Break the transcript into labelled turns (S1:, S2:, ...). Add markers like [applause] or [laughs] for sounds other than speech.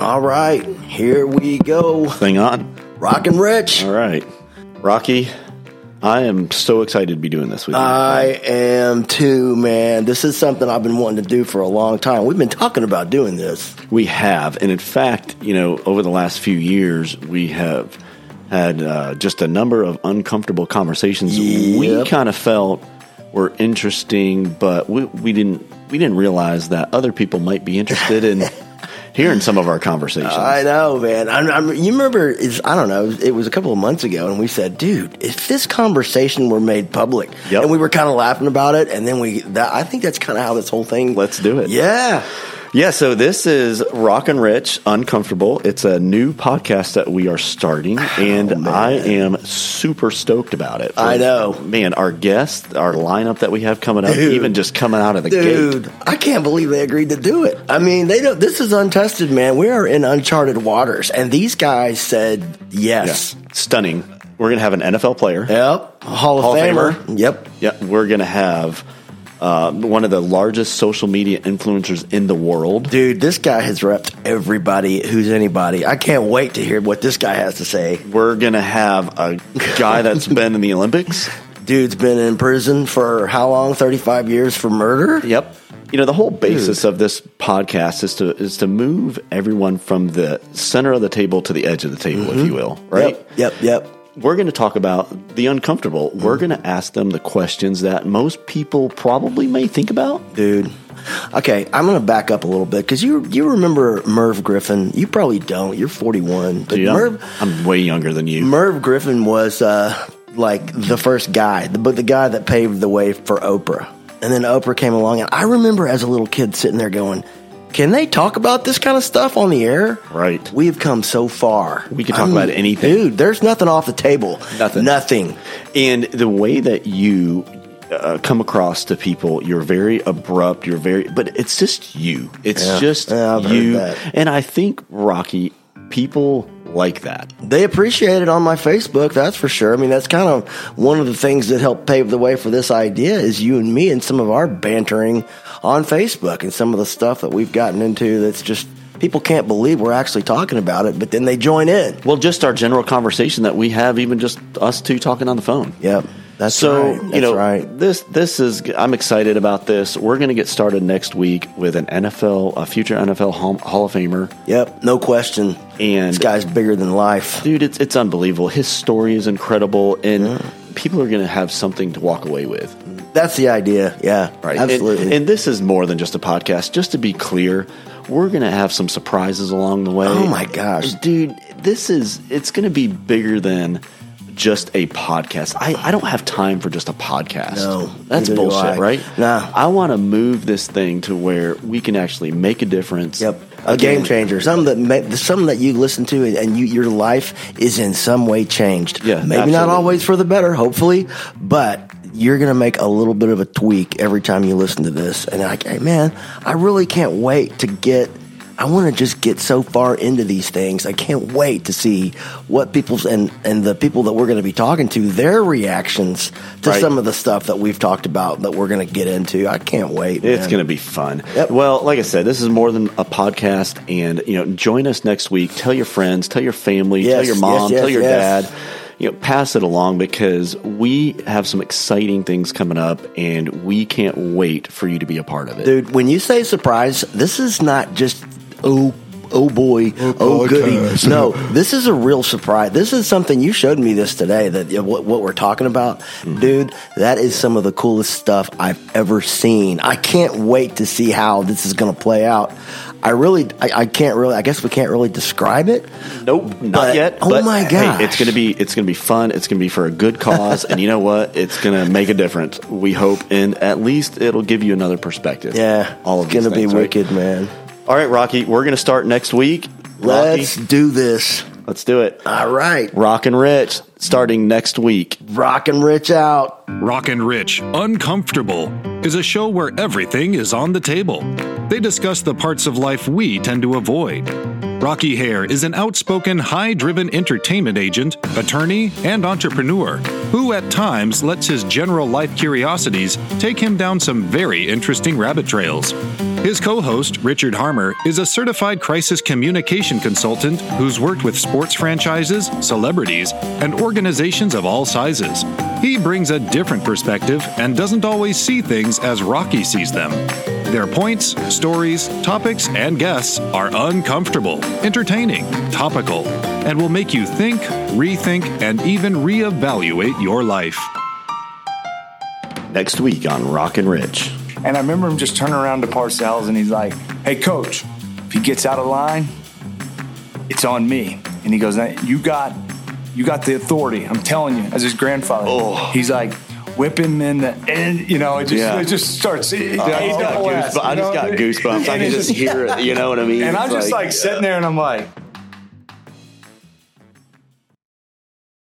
S1: All right, here we go.
S2: Thing on.
S1: Rockin' Rich.
S2: All right. Rocky, I am so excited to be doing this with you.
S1: I am too, man. This is something I've been wanting to do for a long time. We've been talking about doing this.
S2: we have. And in fact, you know, over the last few years, we have had uh, just a number of uncomfortable conversations we
S1: Yep.
S2: kind of felt were interesting, but we, we didn't we didn't realize that other people might be interested in hearing some of our conversations.
S1: I know, man. I'm, I'm, you remember? It's, I don't know. It was a couple of months ago, and we said, "Dude, if this conversation were made public,"
S2: Yep.
S1: and we were kind of laughing about it, and then we, that, I think that's kind of how this whole thing.
S2: Let's do it.
S1: Yeah,
S2: Yeah, so this is Rock and Rich Uncomfortable. It's a new podcast that we are starting,
S1: Oh,
S2: and I am super stoked about it.
S1: I know.
S2: Man, our guests, our lineup that we have coming up,
S1: Dude.
S2: even just coming out of the gate.
S1: dude, I can't believe they agreed to do it. I mean, they don't. This is untested, man. We are in uncharted waters, and these guys said yes.
S2: Stunning. We're going to have an NFL player.
S1: Yep, Hall of
S2: Hall of
S1: Famer.
S2: Famer.
S1: Yep.
S2: Yeah, we're going to have uh, one of the largest social media influencers in the world.
S1: Dude, this guy has repped everybody who's anybody. I can't wait to hear what this guy has to say.
S2: We're going to have a
S1: [laughs]
S2: guy that's been in the Olympics.
S1: Dude's been in prison for how long? 35 years for murder?
S2: Yep. You know, the whole basis of this podcast is to is to move everyone from the center of the table to the edge of the table, if you will, right?
S1: Mm-hmm. Yep, yep, yep.
S2: We're going to talk about the uncomfortable. We're
S1: Mm-hmm.
S2: going to ask them the questions that most people probably may think about.
S1: Dude. Okay, I'm going to back up a little bit because you you remember Merv Griffin. You probably don't. You're 41. But
S2: Dude, I'm-
S1: Merv,
S2: I'm, way younger than you.
S1: Merv Griffin was uh, like the first guy, the, but the guy that paved the way for Oprah. And then Oprah came along, and I remember as a little kid sitting there going, "Can they talk about this kind of stuff on the air?"
S2: Right.
S1: We have come so far.
S2: We can talk about anything.
S1: dude. There's nothing off the table.
S2: Nothing.
S1: Nothing.
S2: And the way that you uh, come across to people, you're very abrupt. You're very, but it's just you. It's
S1: Yeah.
S2: just
S1: Yeah, I've heard
S2: you.
S1: that.
S2: And I think Rocky, people like that.
S1: They appreciate it on my Facebook. That's for sure. I mean, that's kind of one of the things that helped pave the way for this idea is you and me and some of our bantering on Facebook and some of the stuff that we've gotten into. That's just people can't believe we're actually talking about it, but then they join in.
S2: Well, just our general conversation that we have, even just us two talking on the phone.
S1: Yep, that's
S2: so
S1: right. That's
S2: you know,
S1: right.
S2: this this is. I'm excited about this. We're going to get started next week with an NFL, a future NFL Hall, Hall of Famer,
S1: Yep, no question.
S2: and
S1: This guy's bigger than life.
S2: dude, it's it's unbelievable. His story is incredible, and people are going to have something to walk away with.
S1: That's the idea. Yeah,
S2: Right, And-
S1: Absolutely.
S2: And, this is more than just a podcast. Just to be clear, we're going to have some surprises along the way.
S1: Oh my gosh.
S2: dude, this is it's going to be bigger than just a podcast. I, I don't have time for just a podcast.
S1: No,
S2: that's
S1: neither do
S2: bullshit,
S1: I.
S2: right?
S1: No.
S2: I want to move this thing to where we can actually make a difference.
S1: Yep, a game changer. Something that ma- something that you listen to and you, your life is in some way changed.
S2: Yeah,
S1: maybe not
S2: absolutely.
S1: always for the better, hopefully, but you're gonna make a little bit of a tweak every time you listen to this. And like, hey, man, I really can't wait to get. I want to just get so far into these things. I can't wait to see what people's and and the people that we're going to be talking to their reactions to
S2: Right.
S1: some of the stuff that we've talked about that we're going to get into. I can't wait.
S2: It's
S1: man.
S2: going to be fun.
S1: Yep.
S2: Well, like I said, this is more than a podcast, and you know, join us next week. Tell your friends, tell your family,
S1: Yes,
S2: tell your
S1: yes,
S2: mom,
S1: yes,
S2: tell your
S1: yes.
S2: dad. You know, pass it along because we have some exciting things coming up, and we can't wait for you to be a part of it.
S1: Dude, when you say surprise, this is not just oh oh boy, oh, goody. [laughs] No, this is a real surprise. This is something you showed me this today that what, what we're talking about.
S2: Mm-hmm.
S1: Dude, that is some of the coolest stuff I've ever seen. I can't wait to see how this is going to play out. I really I, I can't really I guess we can't really describe it.
S2: Nope, not
S1: But-
S2: yet.
S1: oh my
S2: god, it's
S1: gosh.
S2: gonna be it's gonna be fun. It's gonna be for a good cause, and you know what? It's gonna make a difference. We hope, and at least it'll give you another perspective.
S1: Yeah.
S2: all of
S1: it's going to
S2: these
S1: be
S2: things, right?
S1: wicked, man.
S2: All right, Rocky, we're gonna start next week. Rocky,
S1: Let's do this.
S2: let's do it.
S1: All right.
S2: Rock and Rich starting next week.
S1: Rockin' Rich out.
S3: Rockin' Rich Uncomfortable is a show where everything is on the table. They discuss the parts of life we tend to avoid. Rocky Hare is an outspoken, high driven entertainment agent, attorney, and entrepreneur who at times lets his general life curiosities take him down some very interesting rabbit trails. His co host, Richard Harmer, is a certified crisis communication consultant who's worked with sports franchises, celebrities, and organizations of all sizes. He brings a different perspective and doesn't always see things as Rocky sees them. Their points, stories, topics, and guests are uncomfortable, entertaining, topical, and will make you think, rethink, and even reevaluate your life.
S2: Next week on Rockin' Rich.
S4: And I remember him just turning around to Parcells and he's like, hey, coach, if he gets out of line, it's on me. And he goes, "Now, you got you got the authority. I'm telling you, as his grandfather.
S2: Oh.
S4: He's like, whip him in the, and, you know, it just,
S2: Yeah. Oh,
S4: it just starts. It,
S2: I
S4: [laughs]
S2: just got goosebumps. I just got goosebumps. I can just hear it. You know what I mean?
S4: And I'm
S2: It's
S4: just like, sitting there and I'm like,